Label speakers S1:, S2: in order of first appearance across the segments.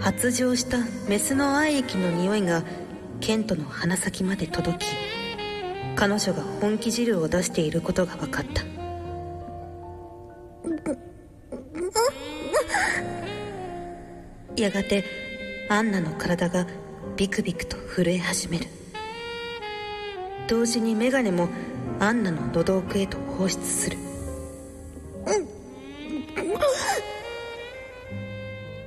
S1: 発情したメスの愛液の匂いがケントの鼻先まで届き彼女が本気汁を出していることが分かったやがてアンナの体がビクビクと震え始める同時にメガネもアンナの喉奥へと放出する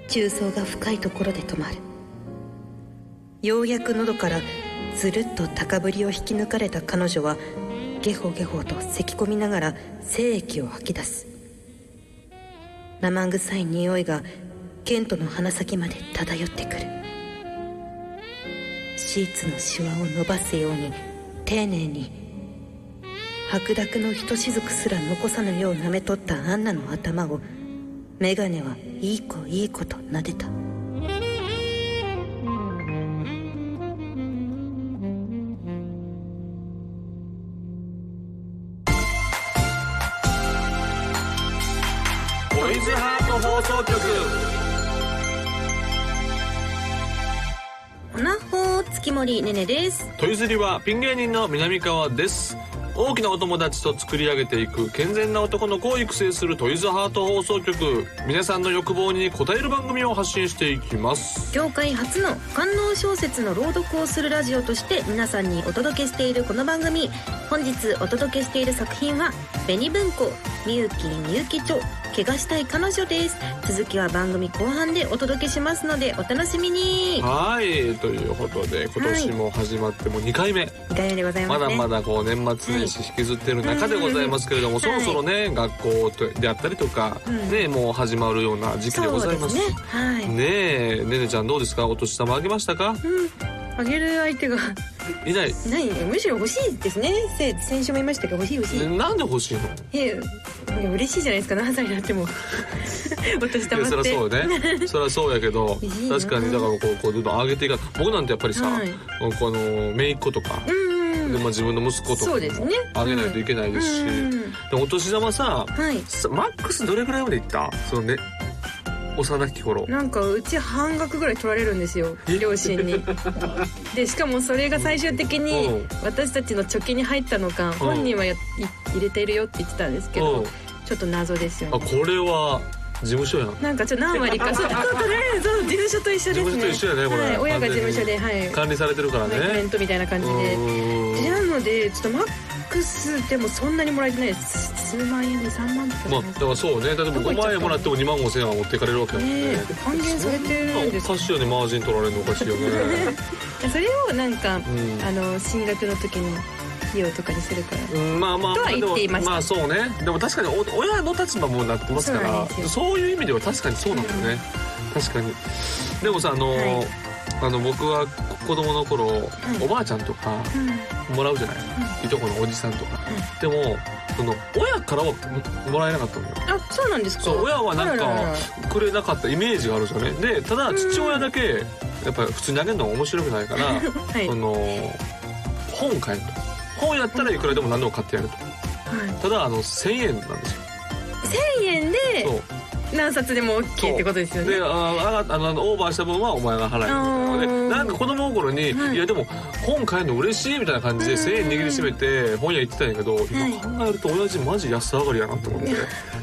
S1: 中層が深いところで止まるようやく喉からずるっと高ぶりを引き抜かれた彼女はゲホゲホと咳き込みながら精液を吐き出す生臭い匂いがケントの鼻先まで漂ってくるシーツのシワを伸ばすように丁寧に白濁のひとしずくすら残さぬよう舐め取ったアンナの頭をメガネはいい子いい子と撫でた
S2: トイズハート放送局
S1: おなほ月森ねねです
S2: トイズリはピン芸人の南川です大きなお友達と作り上げていく健全な男の子を育成するトイズハート放送局皆さんの欲望に応える番組を発信していきます
S1: 業界初の官能小説の朗読をするラジオとして皆さんにお届けしているこの番組本日お届けしている作品は「紅文庫みゆきみゆき著怪我したい彼女」です続きは番組後半でお届けしますのでお楽しみに
S2: はいということで今年も始まってもう2回目、
S1: 2回目でございま
S2: ますだ
S1: ね
S2: まだこう年末年始引きずってる中でございますけれども、
S1: ん
S2: そろそろね、学校であったりとか、
S1: うん
S2: ねもう始まるような時期でご
S1: そ
S2: ざ
S1: う
S2: い
S1: で
S2: ますす
S1: ねはい、
S2: ねえねねちゃんどうですかお年玉あげましたか
S1: うんあげる相手が
S2: いない
S1: ないねむしろ欲しいですねせ先週も言いましたけど欲しい欲しい、
S2: ねなんで欲しいの
S1: ええ嬉しいじゃないですか何歳になって もお年
S2: いや
S1: 玉って
S2: そりゃそ うねそりゃそうやけど
S1: いいな
S2: 確かにだからこうこうどんどん上げていかない僕なんてやっぱりさ、
S1: はい
S2: この姪っ子とか、
S1: うん
S2: で
S1: うん
S2: まあ、自分の息子とかも
S1: そうですね
S2: あげないといけないですし、
S1: うんうん
S2: でお年玉さ
S1: はい
S2: さマックスどれぐらいまでいったそのね幼き頃
S1: なんかうち半額ぐらい取られるんですよ両親 にでしかもそれが最終的に
S2: うん
S1: 私たちの貯金に入ったのか本人はやい入れているよって言ってたんですけ
S2: う
S1: ど
S2: ん
S1: ちょっと謎ですよ
S2: あ
S1: ね
S2: これは事務所やん
S1: なんかちょっと何割かそうそう取られるそう事務所と一緒ですね
S2: 事務所と一緒やねこれ
S1: はい、親が事務所ではい
S2: 管理されてるから
S1: コメ
S2: ね
S1: ントみたいな感じで
S2: うん
S1: なのでちょっとマックスでもそんなにもらえてないです数万円で3万とかじ
S2: ま
S1: ゃ
S2: あ
S1: ないです
S2: だか
S1: から
S2: そうね例えば
S1: どこ行
S2: 5
S1: っちゃった
S2: 万円もらっても2万5千円は持っていかれるわけだもん
S1: ね
S2: ね
S1: え還元されてるんです
S2: おかしいよねマージン取られるのおかしい よね
S1: それをなんか、
S2: ん
S1: あの進学の時の費用とかにするから
S2: うんまあまあ
S1: とは
S2: で
S1: 言っ
S2: も
S1: ていました
S2: まあそうねでも確かにお親の立場もなってますか
S1: そうなん
S2: ら
S1: ですよ
S2: そういう意味では確かにそうなんだよね、確かにでもさあの、
S1: はい
S2: あの僕は子供の頃、おばあちゃんとか
S1: うん
S2: もらうじゃない、いとこのおじさんとか、でもその親からはももらえなかったのよ
S1: あそうなんですか
S2: そう親はなん
S1: あららら
S2: かくれなかったイメージがあるんですよねでただ父親だけやっぱり普通にあげるのは面白くないから、
S1: はい
S2: そ
S1: はい
S2: の本買えると本やったらいくらでも何でも買ってやるとただあの1000円なんですよ
S1: 1000円で
S2: そう
S1: 何冊でも OK ってことですよね
S2: であああのオーバーした分はお前が払えみたいなの
S1: あー
S2: でなんか子供心に、
S1: はい
S2: い、やでも本買えるの嬉しいみたいな感じで
S1: うん
S2: 1000円握りしめて本屋行ってたんやけど、
S1: はい
S2: 今考えると親父マジ安上がりやなと思って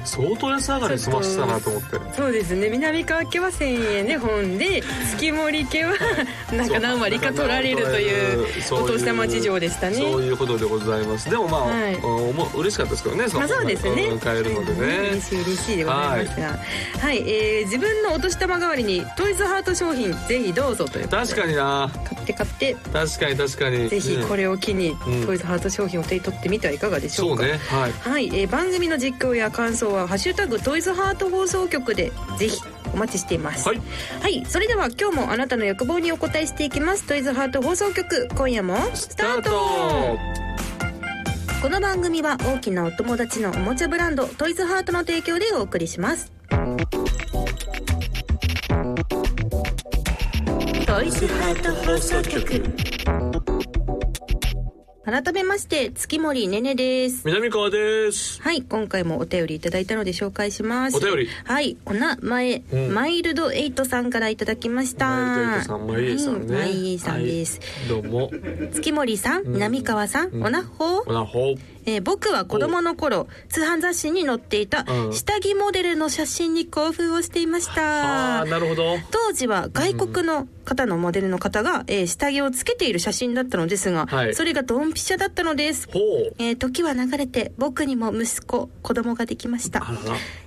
S2: 相当安上がり済ましてたなと思って
S1: そうですね南川家は1000円で本で月森家は なんか何割か取られるという
S2: そう
S1: お年玉事情でしたね
S2: そういうことでございますでもまあ、
S1: はい
S2: おも嬉しかったですけどねそ
S1: まあそうですね
S2: うん買えるのでね、
S1: 嬉しい嬉しいでございますがはい、えー自分のお年玉代わりにトイズハート商品ぜひどうぞということで
S2: 確かにな
S1: 買って買って
S2: 確かに確かに
S1: ぜひこ
S2: れ
S1: れを機に、
S2: うん
S1: トイズハート商品を手に取ってみてはいかがでしょ
S2: そうう
S1: か
S2: ねはい
S1: はい、えー番組の実況や感想は「ハッシュタグトイズハート放送局」でぜひお待ちしています
S2: はい、
S1: はい、それでは今日もあなたの欲望にお答えしていきますトイズハート放送局今夜もスタートこの番組は大きなお友達のおもちゃブランドトイズハートの提供でお送りしますトイズハート放送局改めまして月森ねねです
S2: 南川です
S1: はい、今回もお便りいただいたので紹介します。
S2: お便り
S1: はい、お名前、
S2: うん
S1: マイルドエイトさんからいただきました。
S2: マイルドエイトさんマ
S1: は
S2: イエイさんね
S1: いマイエイさんです。
S2: どうも
S1: 月森さん、南川さん、
S2: うん
S1: おなほ
S2: おなほ
S1: えー僕は子供の頃、通販雑誌に載っていた
S2: うん
S1: 下着モデルの写真に興奮をしていまし
S2: あ
S1: た。
S2: ーなるほど
S1: 当時は外国の方のモデルの方が、えー下着をつけている写真だったのですが、
S2: はい
S1: それがドンピシャだったのです。
S2: ほう
S1: えー時は流れて僕にも息子子供ができました
S2: あらら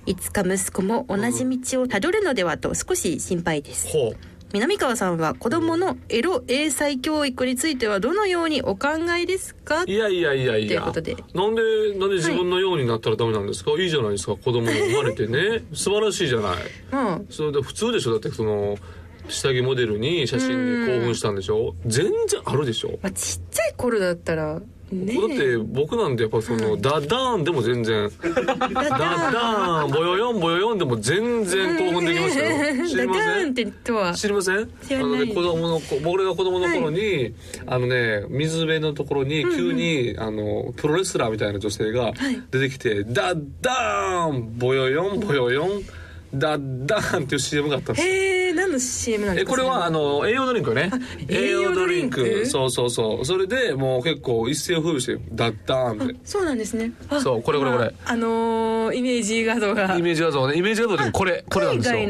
S1: いつか息子も同じ道をたどるのではと少し心配です
S2: ほう
S1: 南川さんは子供のエロ英才教育についてはどのようにお考えですか
S2: いやいやいやいや
S1: ということで
S2: なんでなんで自分のようになったらダメなんですか、い、いじゃないですか子供が生まれてね素晴らしいじゃない
S1: うん
S2: それで普通でしょだってその下着モデルに写真に興奮したんでしょ全然あるでしょ、
S1: まあ、ちっちゃい頃だったらね
S2: だって僕なんてやっぱその、ダダーンでも全然
S1: ダ
S2: ダダーンボヨヨンボヨヨンでも全然興奮できまし たよ知りま
S1: ダダ
S2: せ
S1: ーンっ
S2: ん
S1: てとは
S2: 知りませんあ
S1: 知らない
S2: のね子供の子僕が子供の頃に、あのね水辺のところに急に、あのプロレスラーみたいな女性が出てきて「ダダーンボヨヨンボヨヨンダダーン」っていう CM があったんですよ
S1: へえ何の CM なんで
S2: え
S1: すか
S2: これはあの栄養ドリンクよね
S1: 栄養ドリンク
S2: 栄養そうそうそうそれでもう結構一世を風靡してダッダーンっ
S1: そうなんですねあ
S2: そうこれこれこれ
S1: 今あのーイメージ画像が
S2: てイメージ画像ねイメージ画像でもこれこれなん
S1: 海
S2: ですよ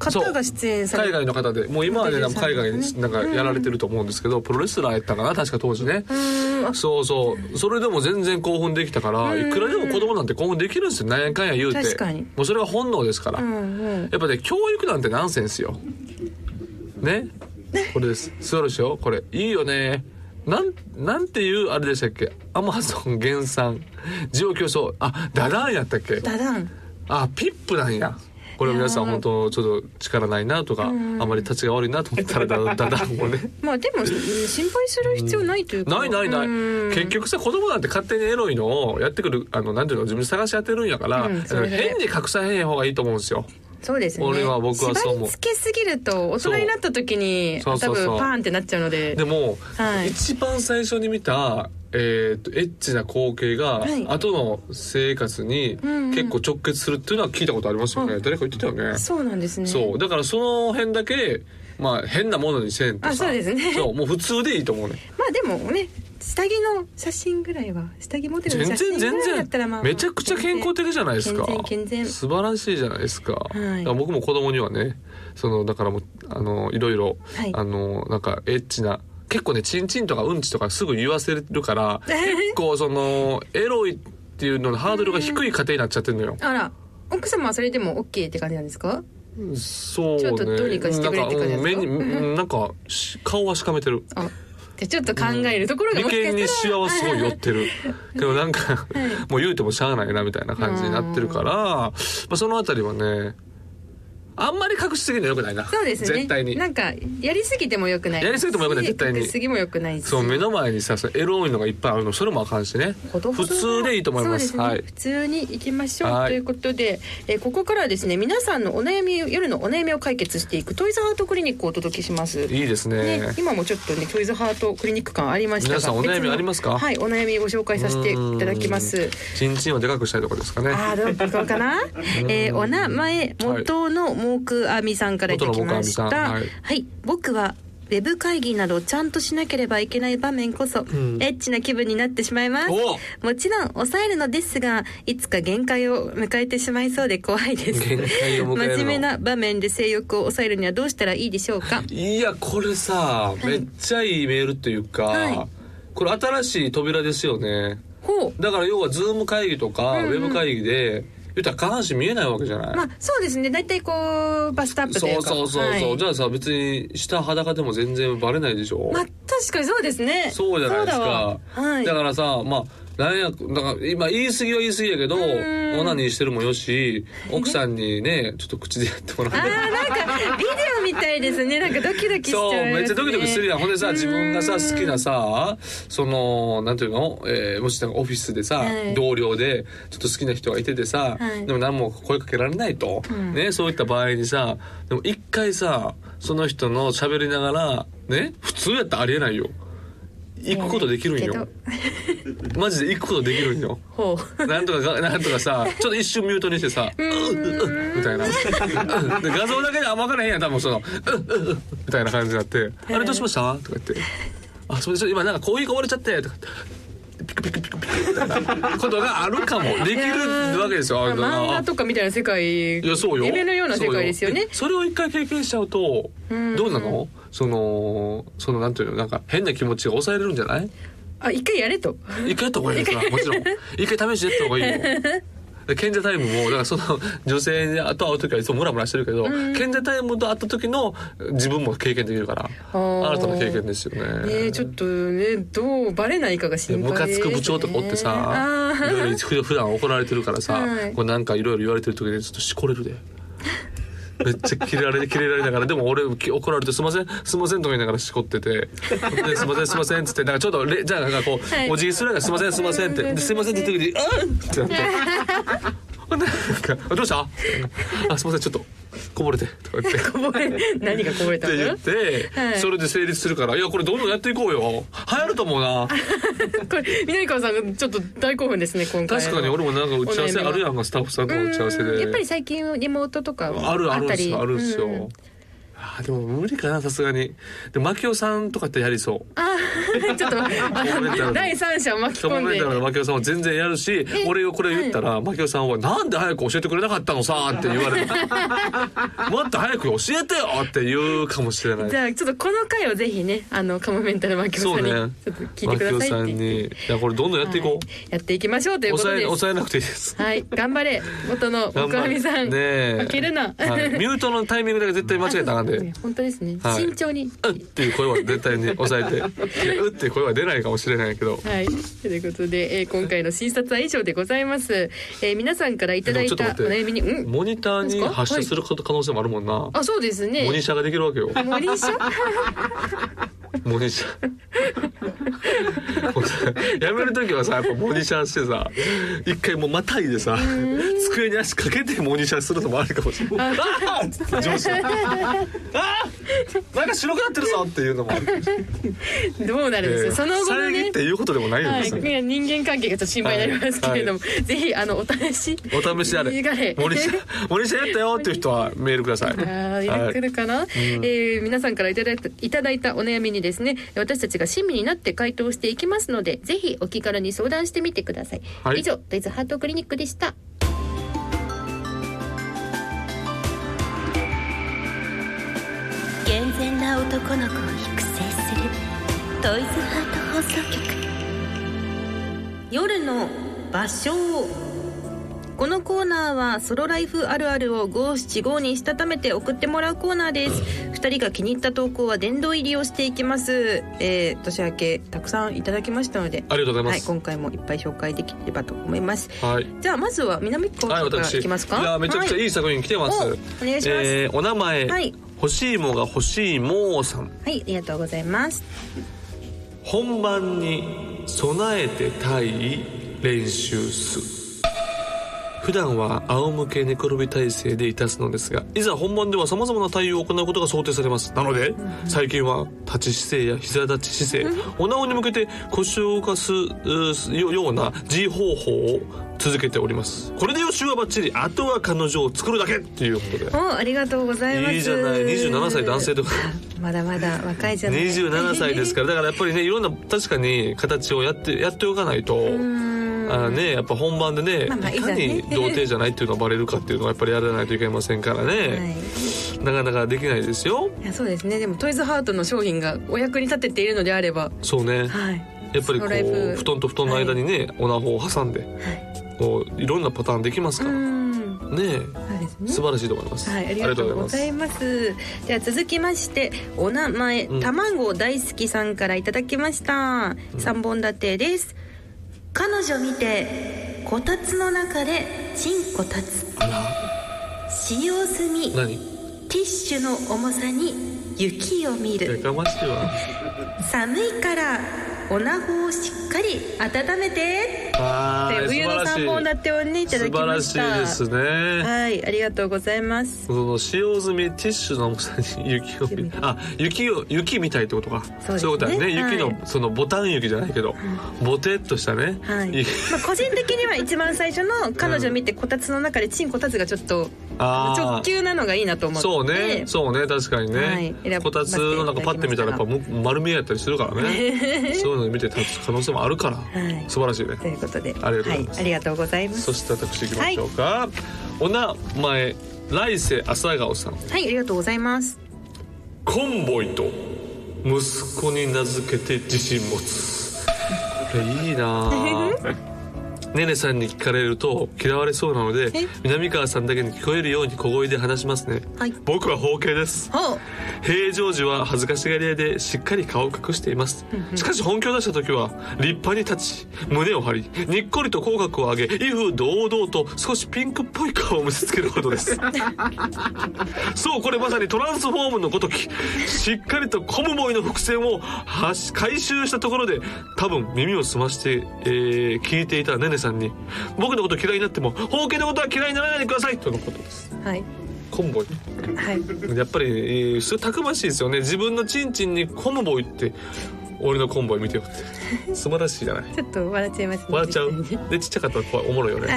S1: 外の方が出演され
S2: 海
S1: て
S2: 外の方でもう今はねなんか海外になんかやられてると思うんですけどプロレスラーやったかな確か当時ね
S1: ん
S2: そうそうそれでも全然興奮できたからいくらでも子供なんて興奮できるんですよ何やかんや言うて
S1: 確かに
S2: もうそれは本能ですから
S1: うん
S2: や
S1: うん
S2: っぱね教育なんてナンセンスよねこれです座るでしょこれいいよねなんなんていうあれでしたっけアマゾン原産上競争あダダーンやったっけ
S1: ダダン
S2: あピップなんやこれ皆さん
S1: いやー
S2: 本当ちょっと力ないなとかあ
S1: ん
S2: まり立ちが悪いなと思ったらだだだもうね
S1: まあでも心配する必要ないというか
S2: ないないない
S1: うん
S2: 結局さ子供なんて勝手にエロいのをやってくるあのなんていうの自分で探し当てるんやから、
S1: うんそれで
S2: 変に隠さへん方がいいと思うんですよ
S1: そうですね
S2: 俺は僕はそう思う
S1: 縛り付けすぎると大人になった時に
S2: そうそうそうそう
S1: 多分パーンってなっちゃうので
S2: でも、
S1: はい
S2: 一番最初に見たえー、とエッチな光景が、
S1: はい
S2: 後の生活に
S1: んうん
S2: 結構直結するっていうのは聞いたことありますよね、
S1: うん
S2: 誰か言ってたよね
S1: そうなんですね
S2: そうだからその辺だけまあ変なものにせんとさ
S1: あそうですね
S2: そうもう普通でいいと思うね
S1: まあでもね下着の写真ぐらいは下着モデルの
S2: 全
S1: 写
S2: 然
S1: 真
S2: 全
S1: ぐらいだったらまあ
S2: 然めちゃくちゃ健康的じゃないですか
S1: 健全健全
S2: 素晴らしいじゃないですか,、
S1: い
S2: 僕も子供にはねそのだからもうあのいろいろ、
S1: はい
S2: あのなんかエッチな結構ねチンチンとかうんちとかすぐ言わせるから 結構そのエロいっていうののハードルが低い家庭になっちゃってるのよ、
S1: あら奥様はそれでも OK って感じなんですか
S2: そうね
S1: ちょっとどうにかしてくれって感じ
S2: な
S1: なんです
S2: か、うんん、目
S1: か
S2: にうんなんかし顔はしかめてる
S1: あじゃあちょっと考えるところがもしか
S2: 眉間に
S1: した
S2: シ
S1: ら
S2: ワはすごい寄っ てるけどなんかもう言うてもしゃあないなみたいな感じになってるから、まあ、そのあたりはねあんまり隠しすぎるのよくないな
S1: そうですね
S2: 絶対に
S1: なんかやりすぎてもよくない
S2: やりすぎても良くない絶対に
S1: やりすぎもよくないし
S2: そう目の前にさそのエロいのがいっぱいあるのそれもあかんしね
S1: ほどほ
S2: 普
S1: どの
S2: 通でいいと思います
S1: そうでね
S2: はい
S1: 普通に行きましょう、
S2: はい
S1: ということで、えーここからはですね皆さんのお悩み夜のお悩みを解決していくトイズハートクリニックをお届けします
S2: いいですね
S1: ね、今もちょっとねトイズハートクリニック感ありましたが
S2: 皆さんお悩み
S1: 別の
S2: ありますか
S1: はいお悩みご紹介させていただきます
S2: チンチンをでかくしたいところですかね
S1: ああどうどうか な、えーお名前元の木阿弥さんからいただきました、
S2: 元の木阿弥さん
S1: は
S2: はい
S1: い、僕はウェブ会議などちゃんとしなければいけない場面こそ、
S2: ん
S1: エッチな気分になってしまいます
S2: お
S1: もちろん抑えるのですがいつか限界を迎えてしまいそうで怖いです
S2: 限界を迎えるの
S1: 真面目な場面で性欲を抑えるにはどうしたらいいでしょうか
S2: いやこれさ、
S1: い
S2: めっちゃいいメールっていうか、
S1: はい
S2: これ新しい扉ですよね
S1: ほう
S2: だから要はズーム会議とか
S1: うん
S2: ウ
S1: うん
S2: ェブ会議で言ったら下半身見えないわけじゃない、
S1: まあそうですね大体こうバストアップとい
S2: そうう
S1: か
S2: そうそうそう、
S1: はい
S2: じゃあさ別に下裸でも全然バレないでしょ、
S1: まあ確かにそうですね
S2: そうじゃないですか
S1: そうだわはい
S2: だからさまあなんやなんか今言い過ぎは言い過ぎやけど
S1: ん
S2: オナニーしてるもよし奥さんにねちょっと口でやってもら
S1: あ
S2: って
S1: ーなんかビデオみたいですね。なんかドキドキしちゃう、
S2: そうめっちゃドキドキするやんほんでさ自分がさ
S1: うーん
S2: 好きなさそのなんていうの、えーもしなんかオフィスでさ、
S1: はい
S2: 同僚でちょっと好きな人がいててさ、
S1: はい
S2: でも何も声かけられないと、
S1: ん
S2: ね、そういった場合にさでも一回さその人の喋りながらね普通やったらありえないよ。行くことできるん
S3: け
S2: よ
S3: ど。
S2: マジで行くことできるんよ。
S1: ほ
S2: なんとかが、なんとかさ、ちょっと一瞬ミュートにしてさ、うううみたいな。うんで画像だけであんま分からへんやん、多分その、うううみたいな感じになって、あれどうしましたとか言って、あ、そうです、今なんかこういう壊れちゃって、とか言ってピクピクピクピクみたいなことがあるかも、できるわけですよ。
S3: ま
S2: あ
S3: あ
S2: れだな
S3: 漫画とかみたいな世界
S2: いやそうよ
S3: 夢のような世界ですよ
S2: そう
S3: ね
S2: えそれを一回経験しちゃうと
S3: ん
S2: どうなのそのそのなんていうのなんか変な気持ちが抑えれるんじゃない
S3: あ一回やれと
S2: 一回やった方がいいよそれはもちろん一回試してやった方がいいよ で賢者タイムもだからその女性にと会う時はいつもムラムラしてるけど賢者タイムと会った時の自分も経験できるから
S3: あー
S2: 新たな経験ですよ
S3: ねえ
S2: ね
S3: ちょっとねどうバレないかが心配
S2: ムカ
S3: です
S2: つ
S3: ね
S2: く部長とかおってさ
S3: あ
S2: いろいろふ普段怒られてるからさ、
S3: はい
S2: こうなんかいろいろ言われてる時にちょっとしこれるで。めっちゃキレられキレられながらでも俺き怒られて「すいませんすいません」とか言いながらしこってて「ですいませんすいません」っつってなんかちょっとれじゃあなんかこう、
S3: はい
S2: お辞儀するから「すいませんすいません」って「ですいません」って言った時に「あん!」ってなってほんでなんか「あどうした?」あすいませんちょっとこぼれて」とか言って。
S3: ーこぼれ何がこぼれ
S2: ったて
S3: んだ
S2: 言って、
S3: はい
S2: それで成立するからいやこれどんどんやっていこうよ流行ると思うな
S3: これ南川さんがちょっと大興奮ですね今回
S2: 確かに俺もなんか打ち合わせあるやんかスタッフさんとの打ち合わせ
S3: うん
S2: で
S3: やっぱり最近リモートとか
S2: あるあるん
S3: っ
S2: で
S3: た
S2: す
S3: り
S2: よあるんですよ、
S3: うん
S2: あーでも無理かなさすがにでマキオさんとかってやりそう
S3: あ ーちょっとあの第三者を巻き
S2: カモ
S3: 込ん
S2: メン
S3: で
S2: タルのマキオさんは全然やるし俺がこれ言ったら、マキオさんは「なんで早く教えてくれなかったのさ」って言 われるもっと早く教えてよって言うかもしれない
S3: じゃあちょっとこの回をぜひねあのカモメンタルマキオ
S2: そ
S3: さ
S2: うん
S3: に
S2: ね
S3: ちょっと聞いて
S2: マ
S3: く
S2: キ
S3: だ
S2: オ
S3: さいって
S2: さん
S3: 言って
S2: にいやこれどんどんやっていこう、
S3: やっていきましょうということ
S2: 抑
S3: で
S2: え
S3: す
S2: 抑えなくていいです
S3: はい頑張れ元の
S2: 頑
S3: 木阿
S2: 張れ
S3: 弥さん、
S2: ねえ
S3: 負けるな
S2: はいミュートのタイミングだけ絶対間違えたらあかんで
S3: 本当ですね、
S2: はい
S3: 慎重に
S2: うっっていう声は絶対に 抑えてうっていう声は出ないかもしれないけど
S3: はいということで、えー今回の診察は以上でございます、えー皆さんからいただいたお
S2: でもちょっと待って
S3: 悩みにうん
S2: モニターに
S3: 何ですか
S2: 発射すること可能性もあるもんな、
S3: あそうですね
S2: モニシャができるわけよ
S3: モ ニシャ
S2: モニ シャやめる時はさやっぱモニシャしてさ一回もうまたいでさ机に足かけてモニシャするのもあるかもしれないあーっつって上司があーなんか白くなってるぞっていうのもあるかもしれない
S3: どうなるんです
S2: え
S3: よ、
S2: ー
S3: その後の
S2: 遮
S3: ね
S2: っていうことでもないよ
S3: は
S2: ね
S3: い、
S2: 別に
S3: 人間関係がちょっと心配になりますけれども、ぜひあのお試し
S2: お試しあれ
S3: いいかね
S2: モニシャモニシャやったよっていう人はメールください
S3: あー
S2: は
S3: 来るかな、えー皆さんからいただいたいただいたお悩みにですね私たちが親身になって回答していきますのでぜひお気軽に相談してみてください、
S2: はい
S3: 以上ドイツハートクリニックでした
S4: 健全な男の子を育成するトイズハート放送局
S1: 夜の場所このコーナーはソロライフあるあるを五七五にしたためて送ってもらうコーナーです2人が気に入った投稿は殿堂入りをしていきますえー、年明けたくさんいただきましたので
S2: ありがとうございま
S1: はい、
S2: す
S1: 今回もいっぱい紹介できればと思います
S2: はい
S1: じゃあまずは南川
S2: は
S1: さ
S2: い
S1: んから
S2: 私
S1: いきますか
S2: やめちゃくちゃい
S1: はい
S2: 作品来てます、
S1: おお願いします
S2: えーお名前、
S1: はい
S2: 欲しいもが欲しいもうさん
S1: い、はい、ありがとうございます
S2: 本番に備えてたい練習す普段は仰向け寝転び体勢でいたすのですがいざ本番では様々な対応を行うことが想定されますなので最近は立ち姿勢や膝立ち姿勢おなおに向けて腰を動かすうーよような G 方法を続けておりますこれで予習はバッチリあとは彼女を作るだけっていうことで
S1: おありがとうございます
S2: いいじゃない27歳男性とか
S1: まだまだ若いじゃない
S2: 27歳ですからだからやっぱりねいろんな確かに形をやってやっておかないとあのねやっぱ本番でね,、
S1: まあまあ
S2: いか
S1: い
S2: に
S1: ざね
S2: 童貞じゃないっていうのがバレるかっていうのはやっぱりやらないといけませんから
S1: はい
S2: ね、なかなかできないですよ
S1: いやそうですねでもトイズハートの商品がお役に立てているのであれば
S2: そうね
S1: はい
S2: やっぱりこ
S1: ソロライ
S2: う
S1: ブ
S2: 布団と布団の間にね、オナホを挟んで
S1: はい
S2: こういろんなパターンできますか
S1: う
S2: らね
S1: んそうですね
S2: 素晴らしいと思います、
S1: はい、ありがとうございます。では続きまして、お名前、
S2: うん
S1: 卵大好きさんからいただきました。三、本立てです。彼女見て、こたつの中で、チンコ立つ。
S2: あら
S1: 使用済み、テ
S2: 何
S1: ィッシュの重さに、雪を見る。
S2: やかましいわ
S1: 寒いから、
S5: おなごをしっかり温めて
S2: は
S1: で
S2: い
S1: 冬の散歩なっておりいただ
S2: 素
S1: き
S2: 晴
S1: ま
S2: ら
S1: し
S2: したいですね
S1: はいありがとうございます
S2: その使用済みティッシュの大きさに雪を見あ雪を雪みたいってことか
S1: そうですね
S2: いうことだね
S1: はい
S2: 雪の、そのボタン雪じゃないけど、ボテっとしたね、
S1: はい、
S2: 雪
S1: まあ個人的には一番最初の彼女見てこたつの中でチンこたつがちょっと
S2: あー
S1: 直球なのがいいなと思って
S2: そうねそうね確かにね、
S1: はい
S2: こたつのなんかパッて見たらやっぱも丸見えやったりするから ねそういうの見て立つ可能性もあるから、
S1: い
S2: 素晴らしいね
S1: ということで
S2: ありがとうございます
S1: はい、ありがとうございます
S2: そして私いきましょうか、お名前来世朝顔さん
S1: はいありがとうございます
S2: コンボイと息子に名付けて自信持つこれいいなぁ ねねさんに聞かれると嫌われそうなので
S1: え
S2: 南川さんだけに聞こえるように小声で話しますね、
S1: はい
S2: 僕は包茎です
S1: ほう
S2: 平常時は恥ずかしがり屋でしっかり顔を隠していますしかし本気を出した時は立派に立ち胸を張りにっこりと口角を上げ威風堂々と少しピンクっぽい顔を見せつけることですそうこれまさにトランスフォームのごときしっかりとコムボイの伏線をはし回収したところで多分耳を澄まして、えー聞いていたねねさんに僕のこと嫌いになっても包茎のことは嫌いにならないでくださいとのことです
S1: はい
S2: コンボイ
S1: はい
S2: やっぱり、えーすごいたくましいですよね自分のチンチンにコムボイって俺のコンボ イ見てよって素晴らしいじゃない
S1: ちょっと笑っちゃいますね
S2: 笑っちゃう
S1: い
S2: でちっちゃかったら怖いおもろいよね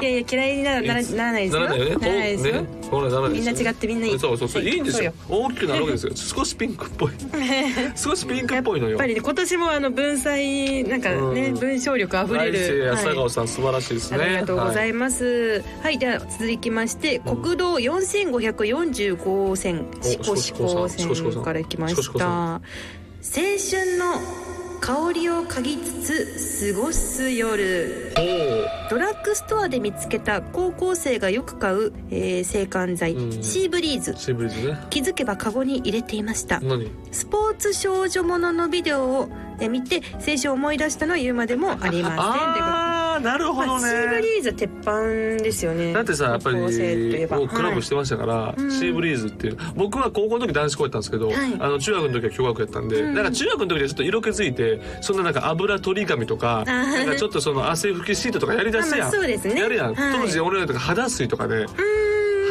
S1: やいや嫌いにならならならないですよ
S2: ならないよね
S1: ならないですよ、
S2: ねほらならないですよ
S1: みんな違ってみんないい
S2: そうそうそう
S1: はい
S2: いいんですよ
S1: そ
S2: 大きくなるわけですよ少しピンクっ ぽい少しピンクっぽいの
S1: や
S2: よ
S1: っぱりね今年もあの文才なんかね
S2: うん
S1: 文章力あふれ
S2: 来世
S1: る
S2: や佐
S1: はい
S2: 川さん素晴らしいです
S1: あ
S2: ね
S1: りがとうございます。はい、では続きまして、国道4545線、四股四股線からいきまし
S2: 四股四
S1: た。
S2: 股
S1: 青春の香りを嗅ぎつつ過ごす夜。
S2: はい
S1: ドラッグストアで見つけた高校生がよく買う、えー制汗剤、
S2: うん
S1: シーブリーズ
S2: お。シーブリーズね
S1: 気づけばカゴに入れていました。
S2: 何
S1: スポーツ少女もののビデオをえー見て青春を思い出したのは言うまでもありません。ということで
S2: あーなるほ
S1: ま
S2: ど
S1: あ、
S2: ね
S1: シーブリーズは鉄板ですよね
S2: だってさやっぱり
S1: 高校生といえば
S2: もうクラブしてましたから、
S1: ん
S2: シーブリーズっていう僕は高校の時男子校やったんですけど、
S1: い
S2: あの中学の時は共学やったんで、なんか中学の時はちょっと色気づいてそんななんか油取り紙とか
S1: ー
S2: なんかちょっとその汗拭きシートとかやりだすやん、
S1: あまあそうですね
S2: やるやん、
S1: はい
S2: 当時俺らとか肌水とかね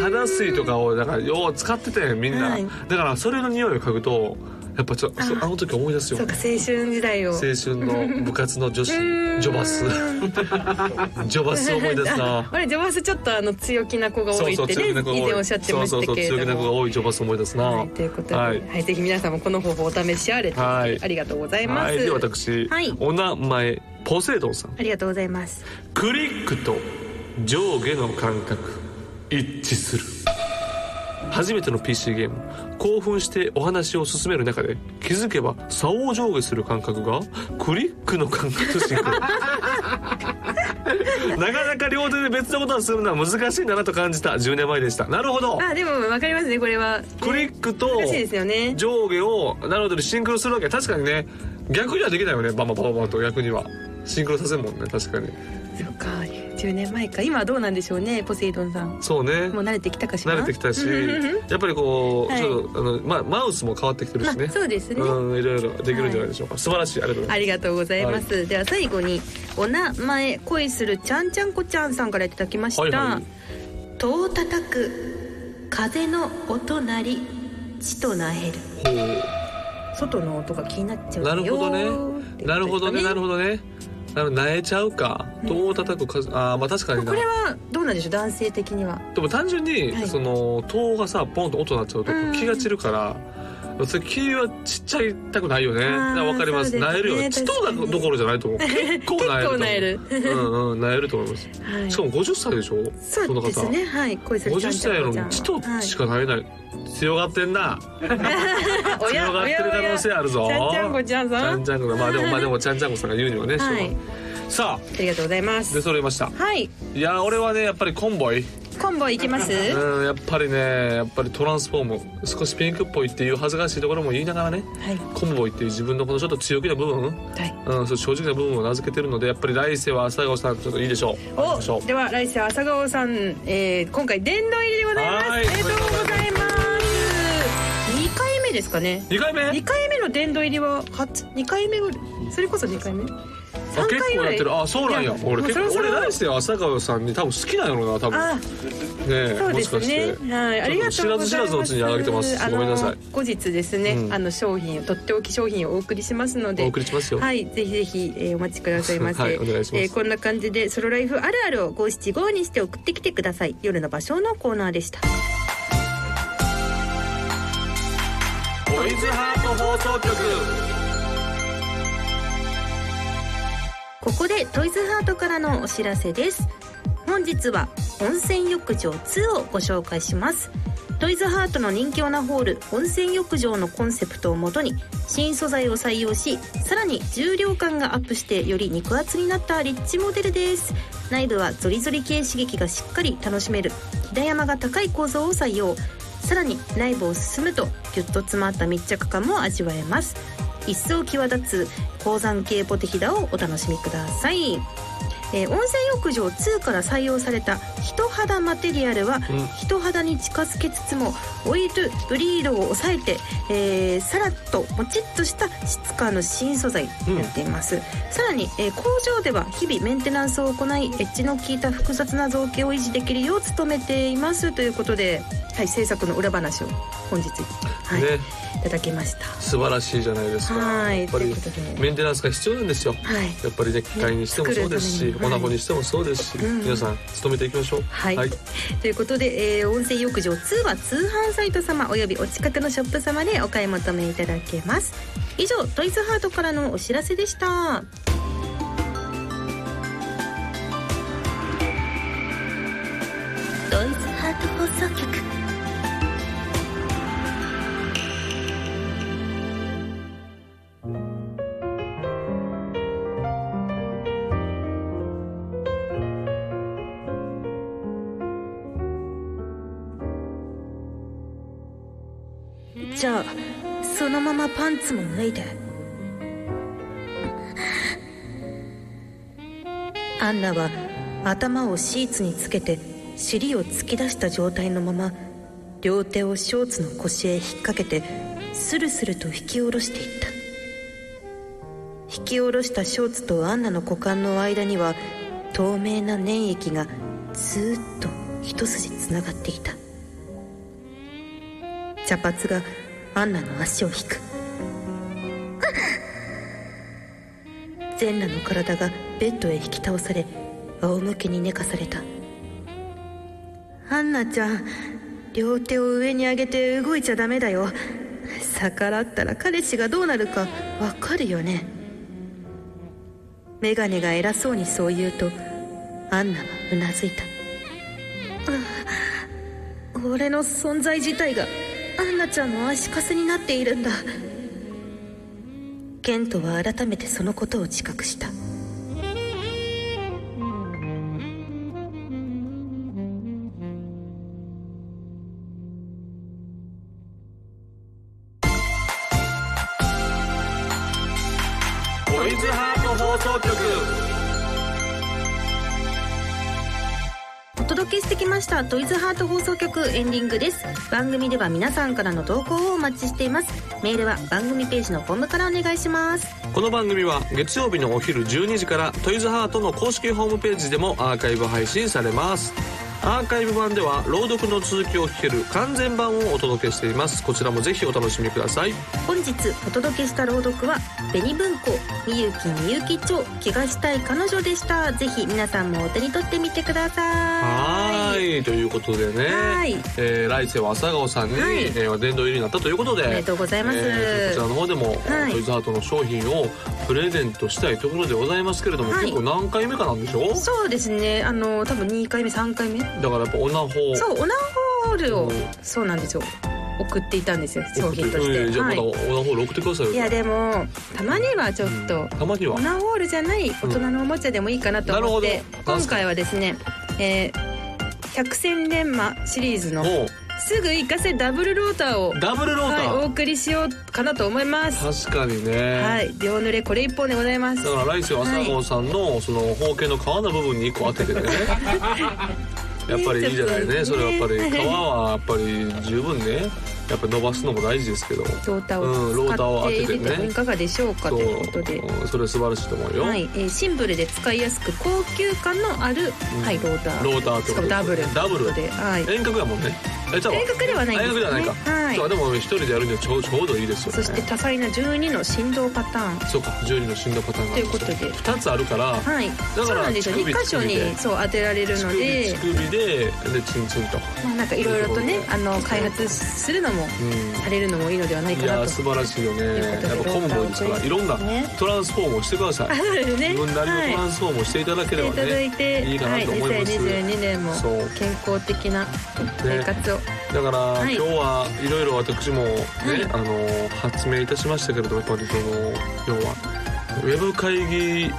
S2: 肌水とかをなんかよう使ってたやんみんな、
S1: はい
S2: だからそれの匂いを嗅ぐとやっぱちょっとあの時思い出すよ
S1: そうか青春時代を
S2: 青春の部活の女子ジョバス ジョバス思い出すな
S1: あれジョバスちょっとあの強気な子が多
S2: そう
S1: いっ
S2: そう
S1: て
S2: 強
S1: ね
S2: 気な子が多い
S1: 以前おっしゃってまし
S2: そうそ
S1: た
S2: う
S1: け
S2: そう
S1: れ
S2: 強気な
S1: ど
S2: 子が
S1: も
S2: 多いジョバス思い出すな
S1: はいということで、は
S2: はいい
S1: ぜひ皆さんもこの方法をお試しあれと、
S2: はい
S1: ありがとうございます、
S2: はいで私、
S1: はい
S2: お名前ポセイドンさん
S1: ありがとうございます
S2: クリックと上下の感覚一致する初めての PC ゲーム興奮してお話を進める中で気づけば竿を上下する感覚がクリックの感覚とシンクロ なかなか両手で別のことをするのは難しいんだなと感じた10年前でしたなるほど
S1: あでもわかりますねこれは
S2: クリックと
S1: 難しいですよね
S2: 上下をなるほどねシンクロするわけ確かにね逆にはできないよねバンバンバンバンと逆にはシンクロさせんもんね確かに
S1: そうか10年前か今はどうなんでしょうねポセイドンさん
S2: そうね
S1: もう慣れてきたかしら
S2: 慣れてきたし
S1: うんうんうん
S2: やっぱりこう、
S1: はい
S2: ちょっとあの、ま、マウスも変わってきてるしね、
S1: まあそうですね
S2: うんいろいろできるんじゃないでしょうか、素晴らしいありがとうござ
S1: あ
S2: い
S1: りがとうございます、では最後にお名前恋するちゃんちゃんこちゃんさんからいただきました、
S2: はいはい
S5: 戸を叩く風の音なり地となえる
S2: ますほう
S1: 外の音が気になっちゃう
S2: なるほど
S1: よーって
S2: ね。なるほどね、なるほどね。なるなえちゃうか。どう叩く数、ああ、まあ確かに
S1: こ
S2: な。
S1: れはどうなんでしょう男性的には
S2: でも単純に、
S1: はい
S2: その塔がさポンと音鳴っちゃうと
S1: うん
S2: 気が散るから、それ気はちっちゃいたくないよね。だからわかります。
S1: そうです
S2: 鳴
S1: ね
S2: えるよ。
S1: 確か
S2: ちと
S1: に
S2: だどころじゃない と思う。結構鳴えると思う。
S1: 結
S2: う んうん鳴えると思います。
S1: はい
S2: しかも50歳でしょ。こ
S1: そう
S2: の
S1: です
S2: 方。
S1: ねはい恋する
S2: 50
S1: ちゃんちゃ
S2: 歳
S1: んこちゃん
S2: の
S1: は
S2: ちとしかなえない。強がってんな。
S1: はいおや
S2: 強が
S1: お
S2: って
S1: やお
S2: る可
S1: や
S2: 能
S1: ち
S2: 性
S1: ゃ
S2: あるぞ。
S1: んちゃんこちゃん
S2: ち
S1: さ
S2: ゃ
S1: ん
S2: んちゃんこまあでもまあでもちゃんちゃんこさんが言うにはね。しょうがな
S1: はい
S2: いさあ。
S1: ありがとうございま
S2: です揃いました
S1: はい
S2: いやー俺はねやっぱりコンボイ
S1: コンボいきますは
S2: うんやっぱりねやっぱりトランスフォーム少しピンクっぽいっていう恥ずかしいところも言いながらね
S1: い
S2: コンボイっていう自分のこのちょっと強気な部分
S1: はい
S2: うん、そう正直な部分を名付けてるのでやっぱり来世は朝顔さんちょっといいでしょう行きましょ
S1: お
S2: う
S1: では来世朝顔さん、えー、今回殿堂入りでございます
S2: は
S1: お
S2: い
S1: めでとうございます二回目ですかね
S2: 2回目
S1: 2回目のの殿堂入りは初2回目ぐらいそれこそ2回目3
S2: あ結
S1: 回
S2: 構
S1: ぐ
S2: や
S1: ら
S2: っ
S1: い
S2: てるあそうなんや
S1: い
S2: 俺
S1: もう
S2: 結
S1: そろ
S2: 構
S1: そろ
S2: 俺来世は浅川さんに多分好きなんやろうな多分
S1: あ
S2: ねえ
S1: そう
S2: も
S1: で
S2: しか
S1: す
S2: して
S1: ねはいありがとうございます
S2: ちょっと知らず知らずのうちにあげてます
S1: あの
S2: ごめんなさい
S1: 後日ですね、
S2: うん
S1: あの商品とっておき商品をお送りしますの
S2: お
S1: で
S2: 送りしますよ
S1: はい、ぜひぜひ、えー、お待ちくださいませ。
S2: はいお願いします
S1: えーこんな感じで、ソロライフあるあるを五七五にして送ってきてください。夜の場所のコーナーでした。
S2: トイズハート放送局
S1: ここでトイズハートからのお知らせです本日は温泉浴場2をご紹介しますトイズハートの人気オナホール温泉浴場のコンセプトをもとに新素材を採用しさらに重量感がアップしてより肉厚になったリッチモデルです内部はゾリゾリ系刺激がしっかり楽しめるひだ山が高い構造を採用さらに内部を進むとギュッと詰まった密着感も味わえます一層際立つ鉱山系ポテヒダをお楽しみください、えー温泉浴場2から採用された人肌マテリアルは
S2: うん
S1: 人肌に近づけつつもオイルブリードを抑えて、えーさらっともちっとした質感の新素材になっています、さらに、えー工場では日々メンテナンスを行いエッジの効いた複雑な造形を維持できるよう努めていますということで、はい、制作の裏話を本日、はい
S2: ね
S1: いただきました。
S2: 素晴らしいじゃないですか
S1: はい
S2: やっぱ
S1: とい
S2: り
S1: うことで
S2: メンテナンスが必要なんですよ
S1: はい
S2: やっぱりね機械にしてもそうですし
S1: ね作るために
S2: オナホにしてもそうですし
S1: うん
S2: 皆さん努めていきましょう
S1: はい、ということで、えー温泉浴場2は通販サイト様およびお近くのショップ様でお買い求めいただけます以上トイズハートからのお知らせでした
S6: ドイツハート放送局
S7: じゃあそのままパンツも脱いでアンナは頭をシーツにつけて尻を突き出した状態のまま両手をショーツの腰へ引っ掛けてスルスルと引き下ろしていった引き下ろしたショーツとアンナの股間の間には透明な粘液がずーっと一筋つながっていた茶髪がアンナの足を引く全裸の体がベッドへ引き倒され仰向けに寝かされたアンナちゃん両手を上に上げて動いちゃダメだよ逆らったら彼氏がどうなるかわかるよねメガネが偉そうにそう言うとアンナはうなずいた俺の存在自体がアンナちゃんの足かせになっているんだケントは改めてそのことを自覚した
S2: トイズハート放送局
S1: お届けしてきましたトイズハート放送局エンディングです番組では皆さんからの投稿をお待ちしていますメールは番組ページのフォームからお願いします
S2: この番組は月曜日のお昼12時からトイズハートの公式ホームページでもアーカイブ配信されますアーカイブ版では朗読の続きを聞ける完全版をお届けしていますこちらもぜひお楽しみください
S1: 本日お届けした朗読は紅文庫みゆきみゆき町怪我したい彼女でしたぜひ皆さんもお手に取ってみてくださ
S2: はいーいということでね
S1: はい、
S2: えー来世は朝顔さんに、
S1: はい
S2: えー殿堂入りになったということで
S1: おめでとうございます、
S2: えーこちらの方でも、
S1: はい
S2: トイズハートの商品をプレゼントしたいところでございますけれども、
S1: はい
S2: 結構何回目かなんでしょう
S1: そうですねあの多分2回目3回目
S2: だからやっぱオナホ
S1: そうオナホールを、
S2: うん
S1: そうなんですよ送っていたんですよ商品とし
S2: うん
S1: て、
S2: じゃあま
S1: は
S2: だオナホール送ってくださいよ
S1: い、いやでもたまにはちょっと、
S2: たまには
S1: オナホールじゃない大人のおもちゃでもいいかなと思っ
S2: う
S1: て
S2: んなる、ほど
S1: 今回はですね、えー、百戦錬磨シリーズの
S2: も
S1: すぐ行かせダブルローターを
S2: うダブルロータ
S1: はい、
S2: ー、
S1: お送りしようかなと思います
S2: 確かにね、
S1: はい両濡れこれ一本でございます
S2: だから来世は朝顔さんのその包茎の皮の部分に一個当ててね やっぱりいいじゃないねそれはやっぱり皮はやっぱり十分ねやっぱ伸ばすのも大事ですけど
S8: ローター
S2: うんロ
S8: を
S2: ーター
S8: 使
S2: を当
S8: って
S2: てて
S8: みても
S2: ね
S8: いかがでしょうかということで。
S2: うんそれ素晴らしいと思うよ、
S8: はい、えーシンプルで使いやすく高級感のある、
S2: うん
S8: はいローター。
S2: ローターって
S8: しか
S2: こと
S8: もダブル。
S2: ダブル
S8: ということで、はい。
S2: 遠隔やもんねえちゃうわ
S8: 遠隔ではないん
S2: あ
S8: です
S2: 遠隔
S8: ね
S2: じゃないか、
S8: はい
S2: そうかでも一人でやるにはちょうちょうどいいですよ
S8: そ
S2: ね
S8: して多彩な12の振動パターン。
S2: そうか12の振動パターンがあるんすよ
S8: ということで
S2: 2つあるから、
S8: はい。
S2: ら
S8: そうなんですよ。
S2: 乳
S8: 一
S2: 首
S8: 箇所
S2: 乳首
S8: に
S2: で
S8: そう当てられる
S2: 乳
S8: の
S2: 首
S8: で
S2: 乳、首ででチンチンと
S8: まあなんかいろいろとね
S2: 乳首
S8: あの開発するのも
S2: うん
S8: されるのもいいのではない
S2: い
S8: か
S2: や
S8: な
S2: ー
S8: と。
S2: 素晴らしいよね
S8: という
S2: や
S8: ことで
S2: っぱコンボですからいろんな
S8: ね
S2: トランスフォームをしてください、
S8: あそうですね。
S2: 自分なりのトランスフォームをしていただければ
S8: いただい
S2: ね、
S8: て、
S2: いいかなと思います
S8: はい、2022年も
S2: そう
S8: 健康的な生活を、
S2: だから、
S8: い
S2: 今日はいろいろ私もね、
S8: い
S2: あの発明いたしましたけれどもやっぱりこの要はウェブ会議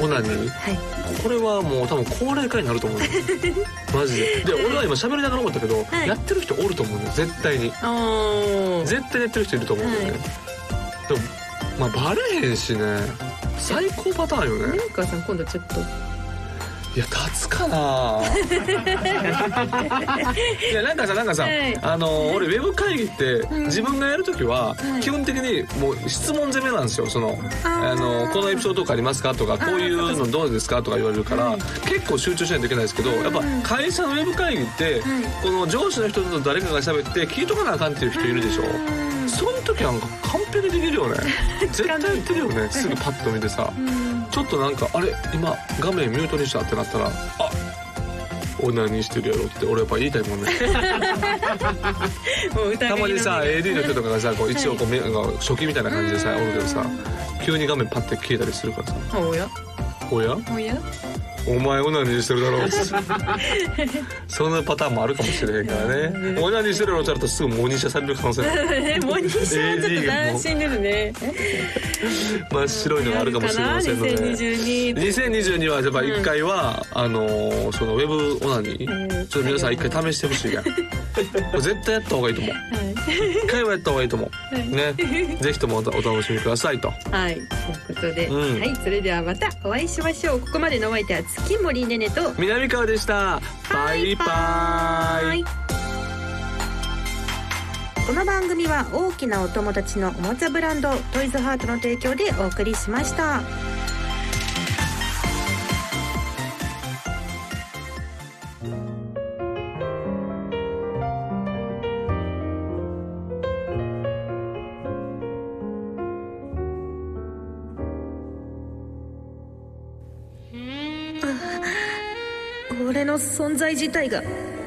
S2: オナニー
S8: はい、
S2: これはもう多分高齢化になると思うよ マジでで俺は今喋りながら思ったけど、
S8: はい
S2: やってる人おると思うよ絶対に
S8: おー
S2: 絶対にやってる人いると思うんだよね、
S8: はい
S2: でもまあバレへんしね最高パターンよね
S8: 南川さん今度ちょっと
S2: いや立つかな いやなんかさなんかさ、
S8: はい
S2: あの俺ウェブ会議って
S8: ん
S2: 自分がやるときは
S8: はい
S2: 基本的にもう質問攻めなんですよそのあのこのエピソードとかありますかとかこういうのどうですかとか言われるから結構集中しないといけないですけどやっぱ会社のウェブ会議ってこの上司の人と誰かが喋って聞いとかなあかんっていう人いるでしょその時なんか完璧にできるよ ね絶対やってるよねすぐパッと見てさちょっとなんかあれ今画面ミュートにしたってなったらあオナニーしてるやろって俺やっぱ言いたいも んね
S8: もう歌
S2: たまにさ AD の人とかがさこう一応こう、目が初期みたいな感じでさおるけどさ急に画面パッて消えたりするからさ
S8: おや
S2: おや
S8: おや
S2: お前オナニーしてるだろう そんなパターンもあるかもしれへんからねオナニーしてるやろってなったらすぐモニシャされる可 能性も
S8: モニシャはちょっと斬新ですね
S2: 真っ白いのがあるかもしれませんので
S8: やるかな2022
S2: 2022はやっぱ1回は、あのーそのウェブオナニー、ちょっと皆さん1回試してほしいや絶対やった方がいいと思う1回はやった方がいいと思う、ねぜひともお楽しみくださいと
S8: はいということで、
S2: うん
S8: はいそれではまたお会いしましょうここまでのお相手は月森ねねと
S2: 南川でしたバイバイ
S8: この番組は大きなお友達のおもちゃブランドトイズハートの提供でお送りしました。
S1: 俺の存在自体が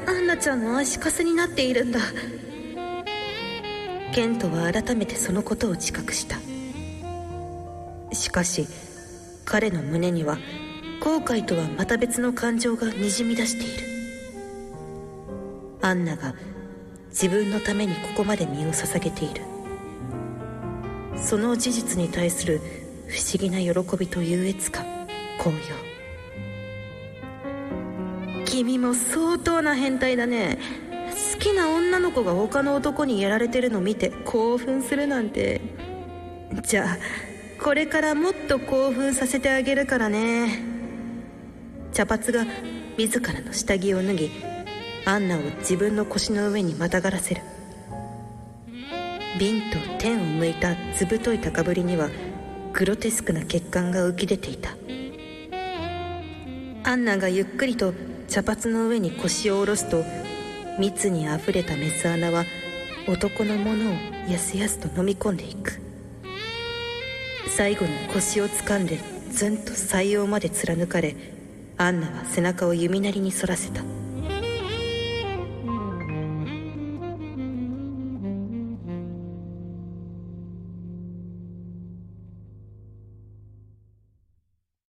S1: アンナちゃんの足かせになっているんだケントは改めてそのことを自覚したしかし彼の胸には後悔とはまた別の感情がにじみ出しているアンナが自分のためにここまで身を捧げているその事実に対する不思議な喜びと優越感高揚君も相当な変態だね好きな女の子が他の男にやられてるの見て興奮するなんてじゃあこれからもっと興奮させてあげるからね茶髪が自らの下着を脱ぎアンナを自分の腰の上にまたがらせる瓶と天を向いたずぶとい高ぶりにはグロテスクな血管が浮き出ていたアンナがゆっくりと茶髪の上に腰を下ろすと蜜にあふれたメス穴は男のものをやすやすと飲み込んでいく最後に腰を掴んでずんと採用まで貫かれアンナは背中を弓なりに反らせた